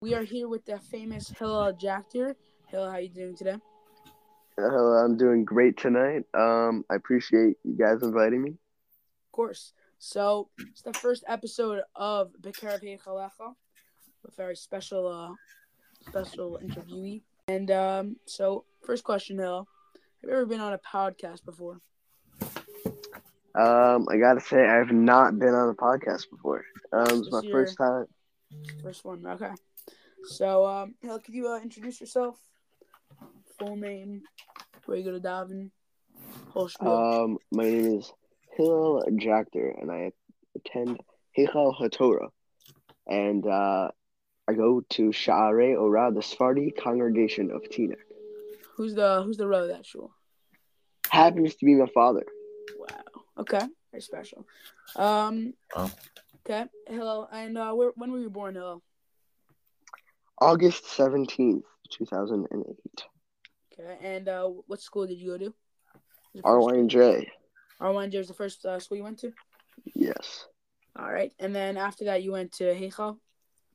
We are here with the famous Hillel Jactor. Hillel, how you doing today? Hello, I'm doing great tonight. Um, I appreciate you guys inviting me. Of course. So it's the first episode of Bekarav Hechalecha with very special, uh, special interviewee. And um, so first question, Hillel, have you ever been on a podcast before? Um, I gotta say, I've not been on a podcast before. Um, it's my This year. first time. First one, okay. So um, Hillel, could you uh, introduce yourself? Full name, where you go to Davin, whole schmuck. Um, my name is Hillel Jactor, and I attend Heichal HaTorah, and uh, I go to Sha'arei Ora, the Sephardi congregation of Teaneck. who's the who's the row of that shul? Happens to be my father. Wow. Okay. Very special. Um. Wow. Okay. Hello. And uh, where, when were you born? Hello. August seventeenth, two thousand and eight. Okay. And uh, what school did you go to? R.Y.J. R1J was the first uh, school you went to. Yes, All right. And then after that, you went to Heichal.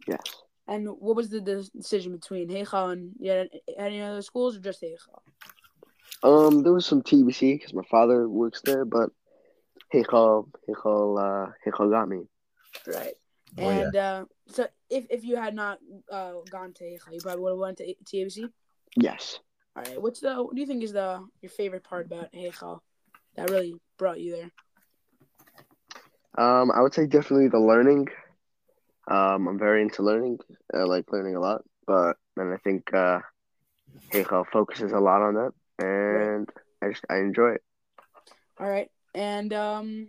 yes. And what was the de- decision between Heichal and you had any other schools or just Heichal? Um, there was some TBC because my father works there, but Heichal, Heichal, uh, Heichal got me. Right. Oh, yeah. and uh, so if, if you had not uh, gone to Heichal, you probably would have went to TABC. Yes. All right. What's the what do you think is the your favorite part about Heichal that really brought you there? Um, I would say definitely the learning. Um, I'm very into learning. I like learning a lot, but then I think uh, Heichal focuses a lot on that, and I just I enjoy it. All right. And um,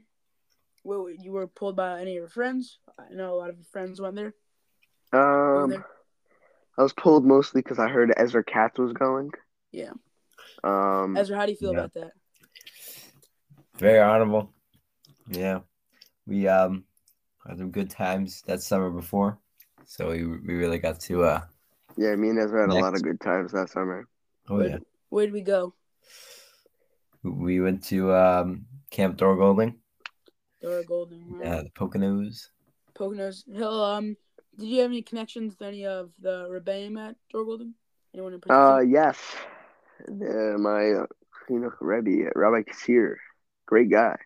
wait, wait, you were pulled by any of your friends? I know a lot of your friends went there. Um, I was pulled mostly because I heard Ezra Katz was going. Yeah. Um, Ezra, how do you feel Yeah. about that? Very honorable. Yeah. We um had some good times that summer before. So we, we really got to uh yeah, me and Ezra had a lot Next. of good times that summer. oh yeah. Where did we go? We went to um Camp Dorgolding, Dora Golden. right? uh the Poconos. Poconos Hill. Um, did you have any connections with any of the rebellion at Dora Golden? Anyone in Uh, particular? yes. Uh, my uh, Chinuch Rebbe, uh, Rabbi Kassir, great guy.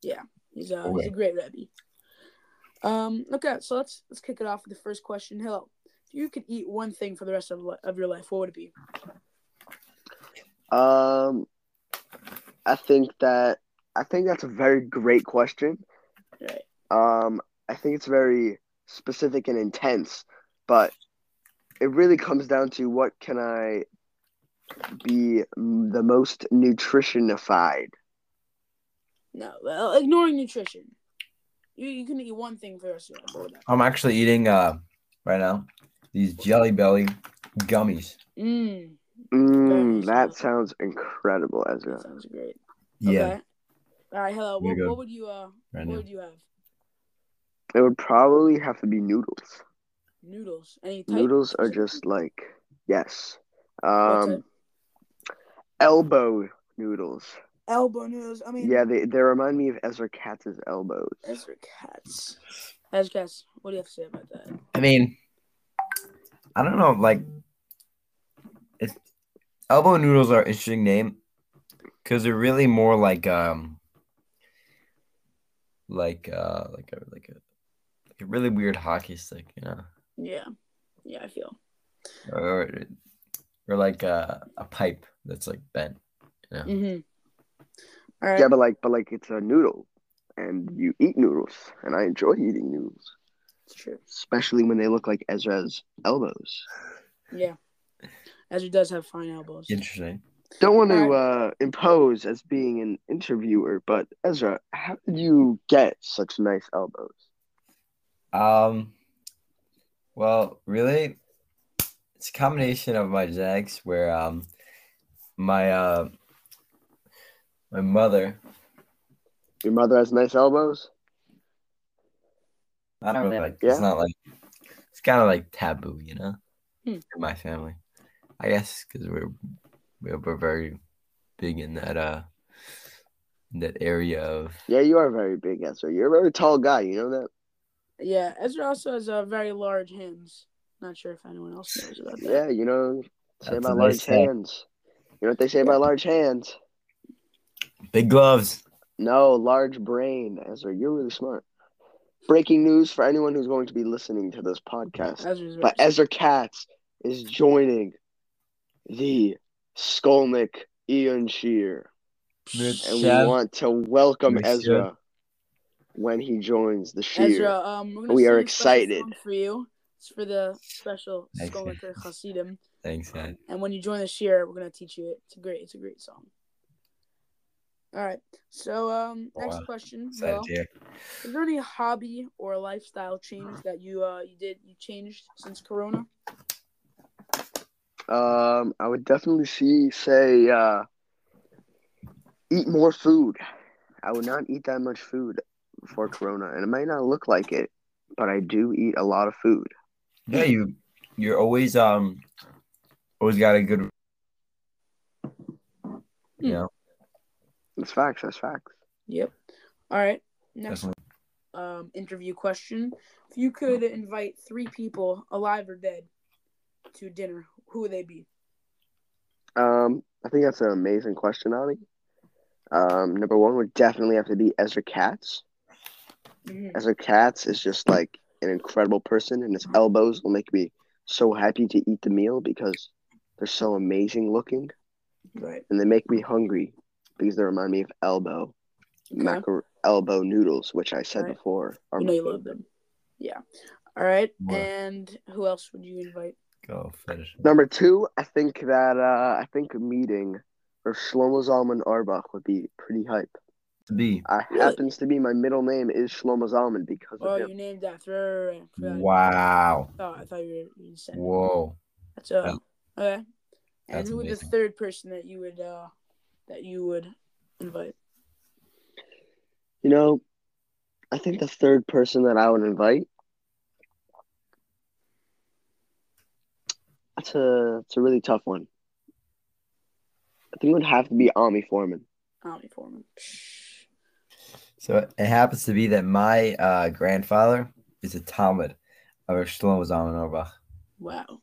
he's, uh, he's a great rebbe. Um. Okay, so let's let's kick it off with the first question. Hill, if you could eat one thing for the rest of, li- of your life, what would it be? Um, I think that I think that's a very great question. Right. Um, I think it's very specific and intense, but it really comes down to what can I be m- the most nutritionified. No. Well, ignoring nutrition, you you can eat one thing for the rest of your life. What would that I'm actually eating uh right now these jelly belly gummies. be? Mm. Mm, Very that specific. sounds incredible, That Ezra. sounds great. Yeah. Okay. All right, hello. Here you What, go. what would you uh? Right What now. would you have? It would probably have to be noodles. Noodles. Any type? Noodles are specific? just like yes. What Um type? elbow noodles. elbow noodles. I mean, Yeah, they they remind me of Ezra Katz's elbows. Ezra Katz. Ezra Katz. What do you have to say about that? I mean I don't know, like it's elbow noodles are an interesting name because they're really more like um like uh like a like a like a really weird hockey stick, you know, Yeah. Yeah, I feel. or or like a a pipe that's like bent. Mm-hmm. All right. Yeah, but like but like it's a noodle and you eat noodles and I enjoy eating noodles. It's true. Especially when they look like Ezra's elbows. Yeah. Ezra does have fine elbows. Interesting. Don't want to Alright. uh, impose as being an interviewer, but Ezra, how did you get such nice elbows? Um, well, really, it's a combination of my genetics where um my uh my mother Your mother has nice elbows? Oh, I don't really like Yeah. it's not like it's kind of like taboo, you know, Hmm. in my family. I guess because we're, we're we're very big in that uh in that area of Yeah, you are very big, Ezra. You're a very tall guy, you know that? Yeah, Ezra also has uh, very large hands. Not sure if anyone else knows about that. Yeah, you know, say That's about what they large say. hands. You know what they say about large hands? Big gloves. No, large brain, Ezra. You're really smart. Breaking news for anyone who's going to be listening to this podcast. Ezra's But right. Ezra Katz is joining the Skolnick Ian Shear. And we Chef. want to welcome Monsieur. Ezra when he joins the Shear. Ezra, um, we're gonna We sing are a special excited. song for you. It's for the special Thanks, man. Skolniker Hasidim. Thanks, man. And when you join this year, we're gonna teach you it. It's a great, it's a great song. All right. So, um, next Wow. question. Excited Well, to hear. is there any hobby or lifestyle change that you uh you did you changed since Corona? Um, I would definitely see say uh, eat more food. I would not eat that much food before Corona, and it might not look like it, but I do eat a lot of food. Yeah, you you're always um always got a good Hmm. you know, That's facts. That's facts. Yep. All right. Next definitely. um interview question: If you could invite three people, alive or dead, to dinner, who would they be? Um, I think that's an amazing question, Ani. Um, number one would definitely have to be Ezra Katz. Mhm. Ezra Katz is just like an incredible person, and his elbows will make me so happy to eat the meal because they're so amazing looking. Right. and they make me hungry because they remind me of elbow Okay. macro elbow noodles, which I said Right. before are You my know you love favorite. them. Yeah. All right. Wow. And who else would you invite? Go finish. it. Number two, I think that uh, I think meeting or Shlomo Zalman Arbach would be pretty hype. To be. I Really? happens to be my middle name is Shlomo Zalman because Oh, of him. you named after. Right, right, right. I forgot. Wow. I thought, I thought you were you said Whoa. that's uh, okay. And That's who would the amazing. third person that you would uh that you would invite? You know, I think the third person that I would invite. That's a that's a really tough one. I think it would have to be Ami Foreman. Tommy Foreman. So it happens to be that my uh, grandfather is a Talmud of Shlomo Zalman Orbach. Wow.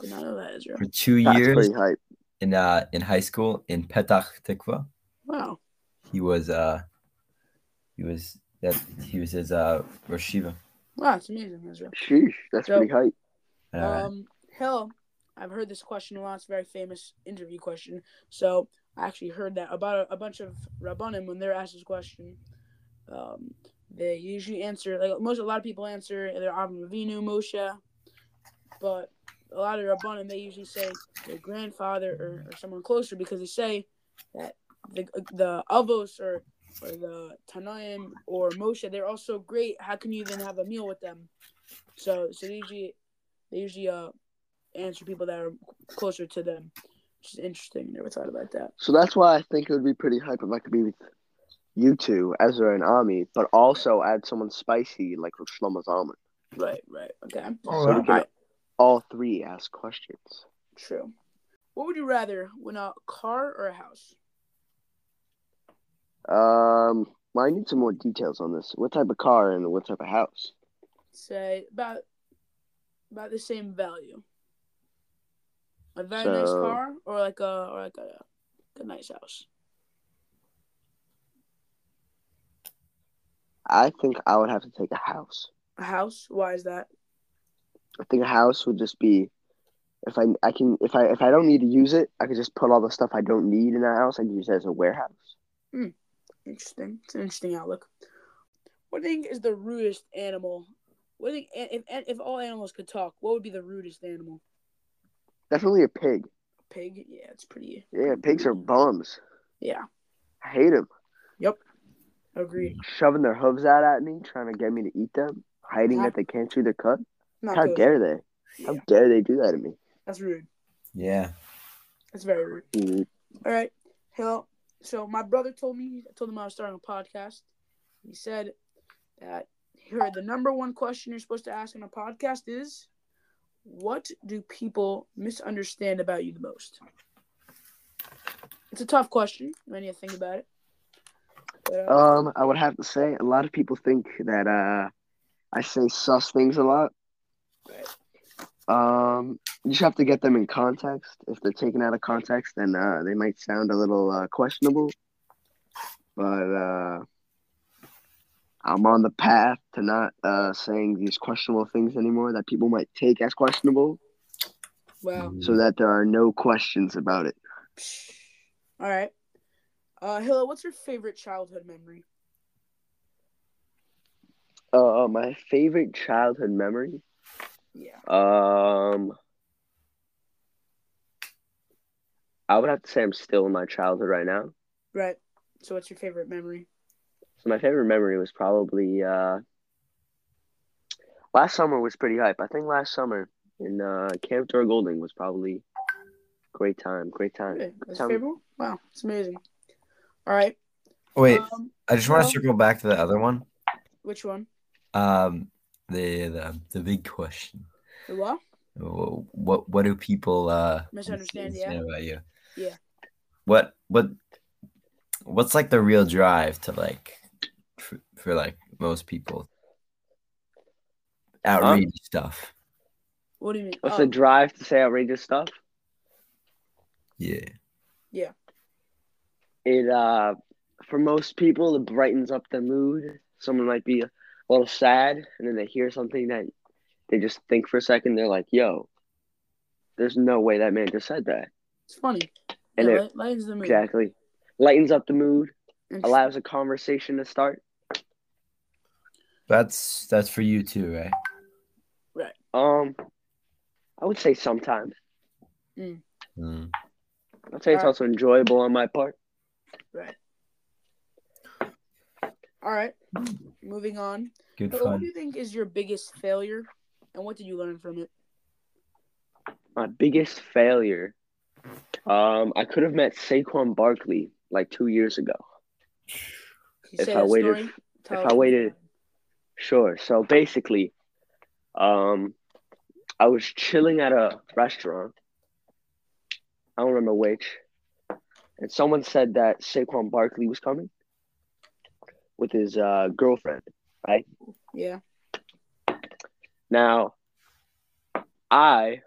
Did not know that, Ezra. For two That's years pretty hype. in uh, in high school in Petach Tikva, Wow. he was uh, he was that he was his uh, Rosh Yeshiva. Wow, it's amazing, Ezra. Sheesh, that's So- pretty hype. Uh, Um, hell, I've heard this question a lot. It's a very famous interview question. So I actually heard that about a, a bunch of rabbanim when they're asked this question. Um, they usually answer like most a lot of people answer either Avram Avinu, Moshe, but a lot of rabbanim they usually say their grandfather or, or someone closer because they say that the the avos or or the Tanaim or Moshe they're all so great. How can you then have a meal with them? So so they usually they usually uh answer people that are closer to them, which is interesting. I never thought about that. So that's why I think it would be pretty hype if I could be with you two, Ezra and Ami, but also add someone spicy like Shlomo Zalman. Right, right. Okay. all So we right. can Alright. all three ask questions. True. What would you rather win a car or a house? Um, well, I need some more details on this. What type of car and what type of house? Say about about the same value. A very nice So- car or like a or like a, a nice house. I think I would have to take a house. A house? Why is that? I think a house would just be if I I can if I if I don't need to use it, I could just put all the stuff I don't need in that house. I can use it as a warehouse. Interesting. It's an interesting outlook. What do you think is the rudest animal? What do you think if if all animals could talk? What would be the rudest animal? Definitely a pig. Pig? Yeah, it's pretty. Yeah, pigs are bums. Yeah, I hate them. agreed. shoving their hooves out at me, trying to get me to eat them, hiding How- that they can't chew their cut. Not Mm-hmm. How good. dare they? How Yeah. dare they do that to me? That's rude. Yeah. That's very rude. Mm, All right. Hello. So my brother told me I told him I was starting a podcast. He said that he heard the number one question you're supposed to ask on a podcast is what do people misunderstand about you the most? It's a tough question when you think about it. But, uh, Um, I would have to say a lot of people think that uh, I say sus things a lot. Right. Um, you just have to get them in context. If they're taken out of context, then uh, they might sound a little uh, questionable. But uh, I'm on the path to not uh, saying these questionable things anymore that people might take as questionable, Wow. so that there are no questions about it. All right. Uh, Hilla, what's your favorite childhood memory? Uh, my favorite childhood memory. Yeah. Um, I would have to say I'm still in my childhood right now. Right. So, what's your favorite memory? So my favorite memory was probably uh, last summer was pretty hype. I think last summer in uh, Camp Tor Golding was probably great time, great time. Okay, that's Tell me. favorable. Wow, it's amazing. All right. Oh, Wait, Um, I just want to well- circle back to the other one. which one? Um, the the, the big question. The what? Wh- What what do people uh Misunderstand, misunderstand about you? Yeah. What what what's like the real drive to like for, for like most people outrageous stuff? What do you mean? What's Oh, the drive to say outrageous stuff? Yeah. It uh, for most people it brightens up the mood. Someone might be a little sad, and then they hear something that they just think for a second. They're like, "Yo, there's no way that man just said that." it's funny. And yeah, it- light- lightens the mood. Exactly, lightens up the mood, Interesting. allows a conversation to start. That's that's for you too, right? Um, I would say sometimes. Mm. I'd say it's Alright. also enjoyable on my part. All right. Moving on. Good Hilla, what do fun. you think is your biggest failure, and what did you learn from it? My biggest failure, um, I could have met Saquon Barkley like two years ago. Can you If say I that waited- story? if Tell I us. waited- Sure. So basically, um, I was chilling at a restaurant. I don't remember which, and someone said that Saquon Barkley was coming with his uh, girlfriend. Yeah. Now, I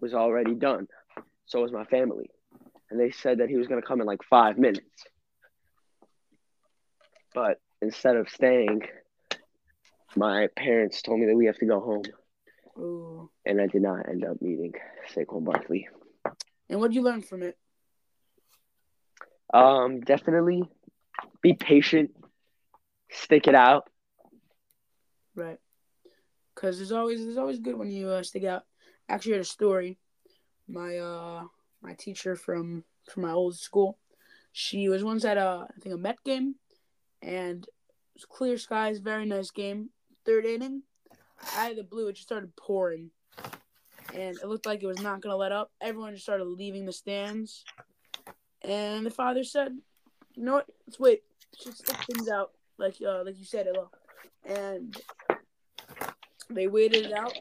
was already done. So was my family. And they said that he was going to come in like five minutes. But instead of staying, my parents told me that we have to go home. Ooh. And I did not end up meeting Saquon Barkley. And what did you learn from it? Um, definitely be patient, stick it out. Right. Because it's always it's always good when you uh, stick out. Actually, I had a story. My uh my teacher from from my old school, she was once at a I think a Met game, and it was clear skies, very nice game. Third inning, out of the blue, it just started pouring, and it looked like it was not gonna let up. Everyone just started leaving the stands, and the father said, "You know what? Let's wait. Let's stick things out like uh like you said it will." And they waited it out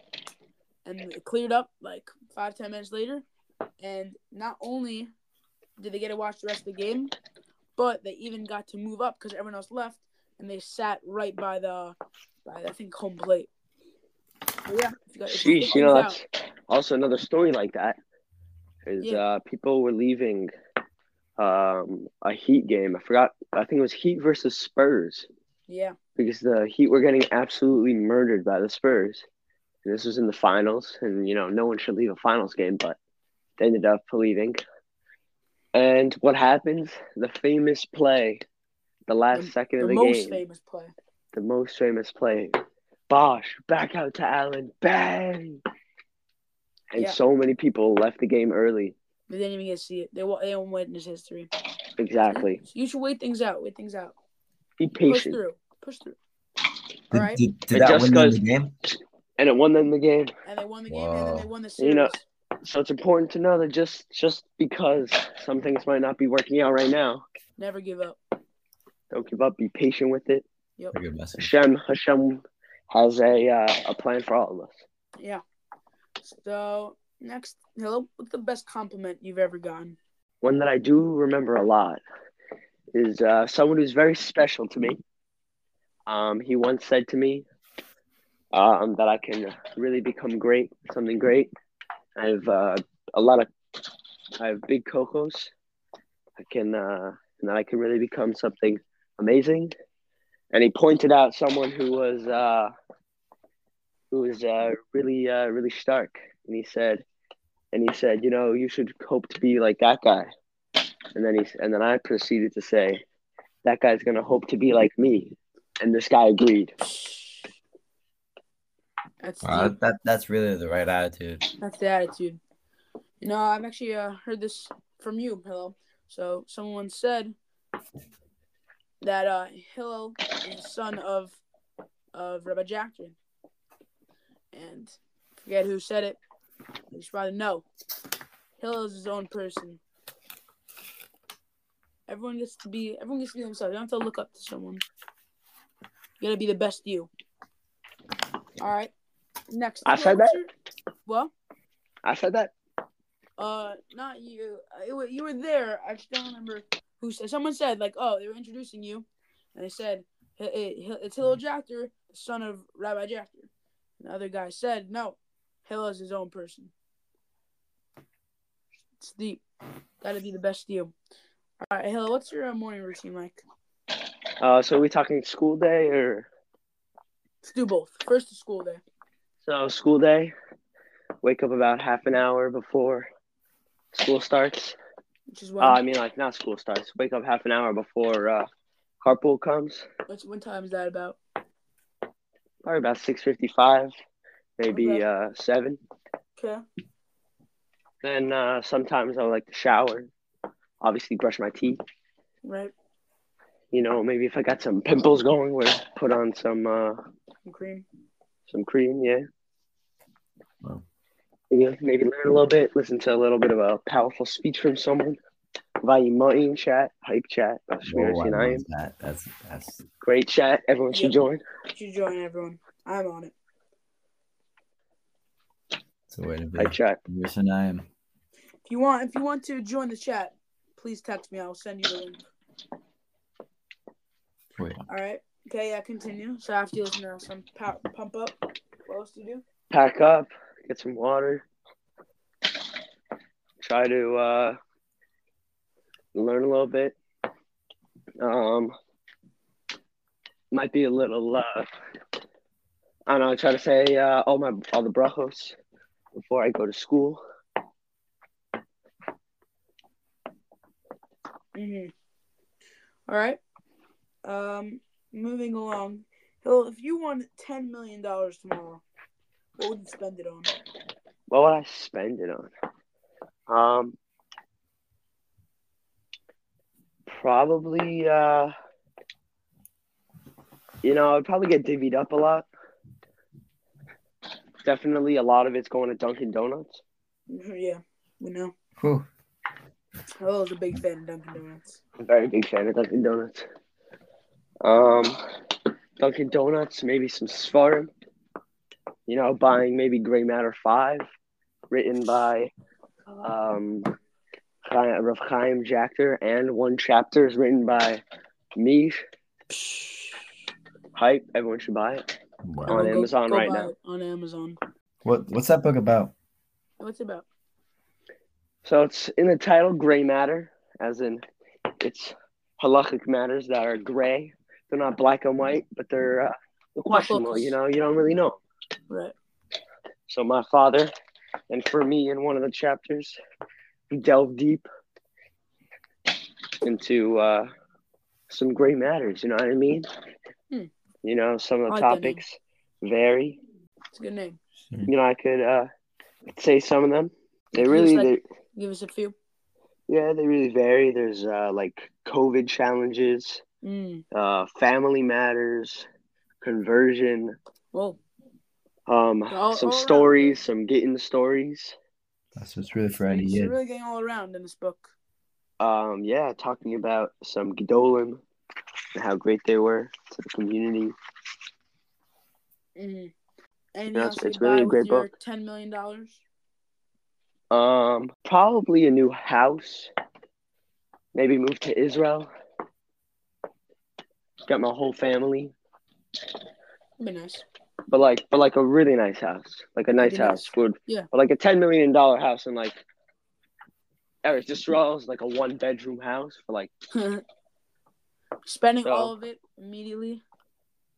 and it cleared up like five ten minutes later and not only did they get to watch the rest of the game but they even got to move up because everyone else left and they sat right by the by i think home plate But yeah if you got- if Sheesh, you know, things that's also another story like that. Is Yeah. uh, people were leaving um, a Heat game. I forgot. I think it was Heat versus Spurs yeah because the Heat were getting absolutely murdered by the Spurs. And this was in the finals, and you know, no one should leave a finals game, but they ended up leaving. And what happens? The famous play, the last The- second the of the most game, famous play the most famous play. Bosh, back out to Allen, bang! And Yeah. so many people left the game early. they didn't even get to see it they, wa- they won't witness history Exactly. so you should wait things out wait things out Be push patient. through push through all Did, right did, did It that just win them goes- the game? And it won them the game. and they won the game and then Whoa. they won the series You know- So it's important to know that just just because some things might not be working out right now, never give up don't give up. Be patient with it. yep Pretty good message. Hashem Hashem has a uh, a plan for all of us. Yeah. So next, hello. What's the best compliment you've ever gotten? One that I do remember a lot is uh, someone who's very special to me. Um, he once said to me, um, that I can really become great, something great. I have uh, a lot of, I have big cocos. I can, uh, and that I can really become something amazing. And he pointed out someone who was, uh, who was uh, really, uh, really stark. And he said, and he said, you know, you should hope to be like that guy. And then he, and then I proceeded to say, that guy's gonna hope to be like me. And this guy agreed. That's Wow, the, that, that's really the right attitude. that's the attitude. You know, I've actually uh, heard this from you, Hillel. So someone said that uh, Hillel is the son of of Rabbi Jackson, and I forget who said it. You should probably know. Hillel is his own person. Everyone gets to be everyone gets to be themselves. You don't have to look up to someone. You gotta be the best you. All right. Next. I said that? Well. I said that. Uh, not you. Uh, It, wa- you were there. I just don't remember who said. Someone said like, "Oh, they were introducing you," and they said, "H- it- H- "It's Hillel Mm-hmm. Jachter, the son of Rabbi Jachter." And the other guy said, "No, Hillel is his own person." It's deep. Got to be the best you. All right, Hillel, what's your uh, morning routine like? Uh, so are we talking school day or Let's do both. First, the school day. So school day, wake up about half an hour before school starts. Which is Uh, when. I mean, like not school starts. Wake up half an hour before uh, carpool comes. what's, what time is that about? Probably about six fifty-five, maybe Okay. uh, seven. Okay. Then uh, sometimes I like to shower. Obviously, brush my teeth. Right. You know, maybe if I got some pimples going, where put on some uh, And cream. some cream. Yeah. Wow. Maybe, maybe learn a little bit. Listen to a little bit of a powerful speech from someone. Via Martin chat, hype chat, Shmir Whoa, I Sinayim. love that. That's that's Great chat. Everyone should Yep. join. You should join everyone. I'm on it. that's a way to be. I chat. Yes, and I am. If you want, if you want to join the chat, please text me. I'll send you the link. Wait, All right. Okay. Yeah. Continue. So I have to listen to some pow- pump up. What else to do? Pack up. Get some water. Try to uh, learn a little bit. Um, might be a little. Uh, I don't know. Try to say uh, all my all the brachos before I go to school. Mhm. All right. Um, moving along. Hill, if you won ten million dollars tomorrow, what would you spend it on? What would I spend it on? Um, probably. Uh, you know, I'd probably get divvied up a lot. Definitely, a lot of it's going to Dunkin' Donuts. Mhm, yeah, we know. whew. Hill's a big fan of Dunkin' Donuts. I'm a very big fan of Dunkin' Donuts. Um, Dunkin' Donuts, maybe some Svarim. You know, buying maybe Gray Matter Five, written by um, Chaim- Rav Chaim Jachter, and one chapter is written by me. Hype! Everyone should buy it. Wow. On Go- Amazon go right buy now. it On Amazon. What what's that book about? What's it about? So it's in the title, Gray Matter, as in it's halachic matters that are gray. They're not black and white, but they're uh, questionable. You know, you don't really know. Right. So my father, and for me, in one of the chapters, we delve deep into uh, some gray matters. You know what I mean? Hmm. Oh, You know, some of I like the that name. topics vary. It's a good name. You know, I could uh, say some of them. They Just really, like- they, Give us a few. yeah, they really vary. There's uh, like COVID challenges, Mm. uh, family matters, conversion, Whoa. um, All- some all around. stories, some getting stories. That's what's really for any It's kid. really getting all around in this book. um, yeah, talking about some Gedolim and how great they were to the community. Mm-hmm. Anything Yeah, else it's- you it's buy really a with great your ten million dollars? Um, probably a new house. Maybe move to Israel. Got my whole family. That'd be nice. but like but like a really nice house, like a nice Really nice. house would, Yeah. or like a ten million dollar house and like, Eric just draws like a one bedroom house for like Spending So- all of it immediately,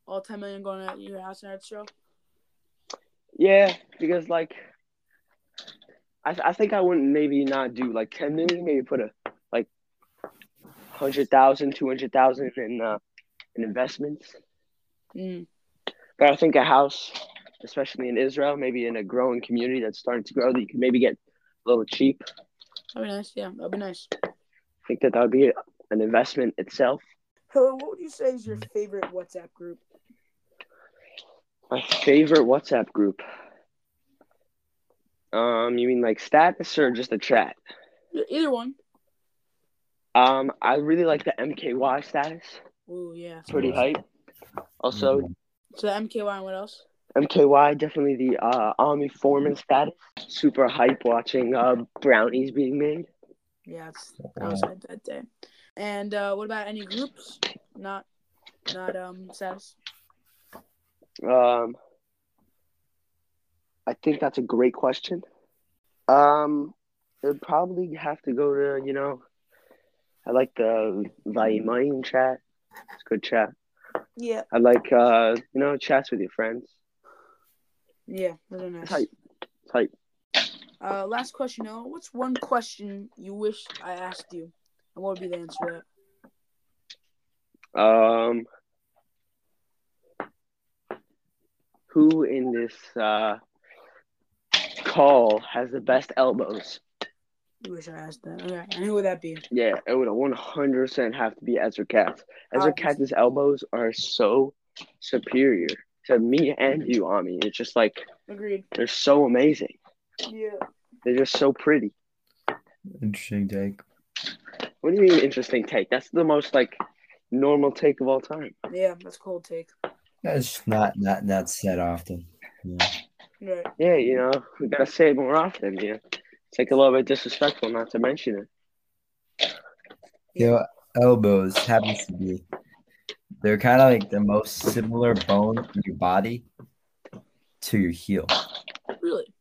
all ten million going at your house and art show. yeah because like, I I think I wouldn't maybe not do like ten million maybe put a like, hundred thousand two hundred thousand in uh in investments, Mm. but I think a house, especially in Israel, maybe in a growing community that's starting to grow that you can maybe get a little cheap. That'd be nice. Yeah, that'd be nice. think that that would be an investment itself. Hello, what would you say is your favorite WhatsApp group? My favorite WhatsApp group. Um, you mean like status or just a chat? E-, Either one. Um, I really like the MKY status. Ooh, yeah. It's pretty hype. Mm-hmm. Also, So the MKY and what else? MKY definitely the uh, army foreman status. Super hype watching uh, brownies being made. Yeah, it's, that was hype that day. And uh, what about any groups? Not, not um status. Um, I think that's a great question. Um, it'd probably have to go to you know, I like the Vaimain chat. It's good chat. Yeah. I like uh, you know, chats with your friends. Yeah, those are nice. Type, type. Uh, last question, Noah. What's one question you wish I asked you, and what would be the answer? to that? Um, who in this uh call has the best elbows? You wish I asked that. Okay, and who would that be? Yeah, it would one hundred percent have to be Ezra Katz. Ezra Obviously. Katz's elbows are so superior to me and you, Ami. It's just like Agreed. they're so amazing. Yeah. They're just so pretty. Interesting take. What do you mean interesting take? That's the most like normal take of all time. Yeah, that's a cold take. That's not not not said often. Yeah. Right. Yeah, you know, we gotta say it more often, you know. It's like a little bit disrespectful not to mention it. Their elbows happens to be. They're kind of like the most similar bone in your body to your heel, Really?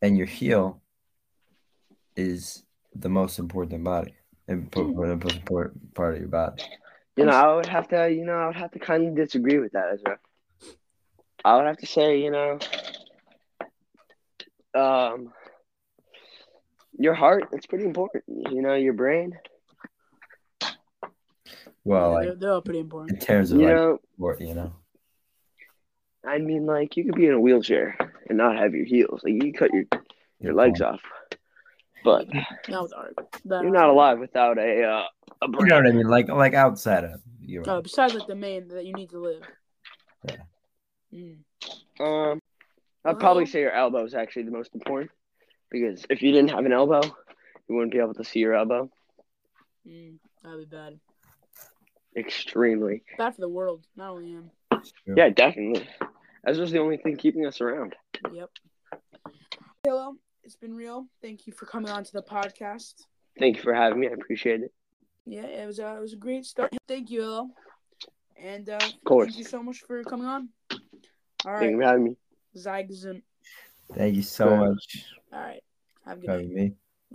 and your heel is the most important body, important, most important part of your body. You know, I would have to you know, I would have to kinda disagree with that, Ezra. I would have to say, you know um your heart, it's pretty important. You know, your brain. Well, they're, like they're all pretty in important. terms of You like know, sport, you know. I mean like you could be in a wheelchair and not have your heels. Like you could cut your, your legs off. But Not with art. you're not alive without a uh a You know brain. what I mean? Like like outside of you. Uh, besides, like the main that you need to live. Yeah. Mm. Um, Well- I'd probably say your elbow is actually the most important because if you didn't have an elbow, you wouldn't be able to see your elbow. Mm. That'd be bad. Extremely. Bad for the world, not only him. Yeah, definitely. That's just the only thing keeping us around. Yep. Hello, it's been real. Thank you for coming on to the podcast. Thank you for having me. I appreciate it. Yeah, it was uh, it was a great start. Thank you, Hello. And uh, Of course. thank you so much for coming on. All Thank right, you for having me. Zygzim. Thank you so much All right, have a good for night. having me.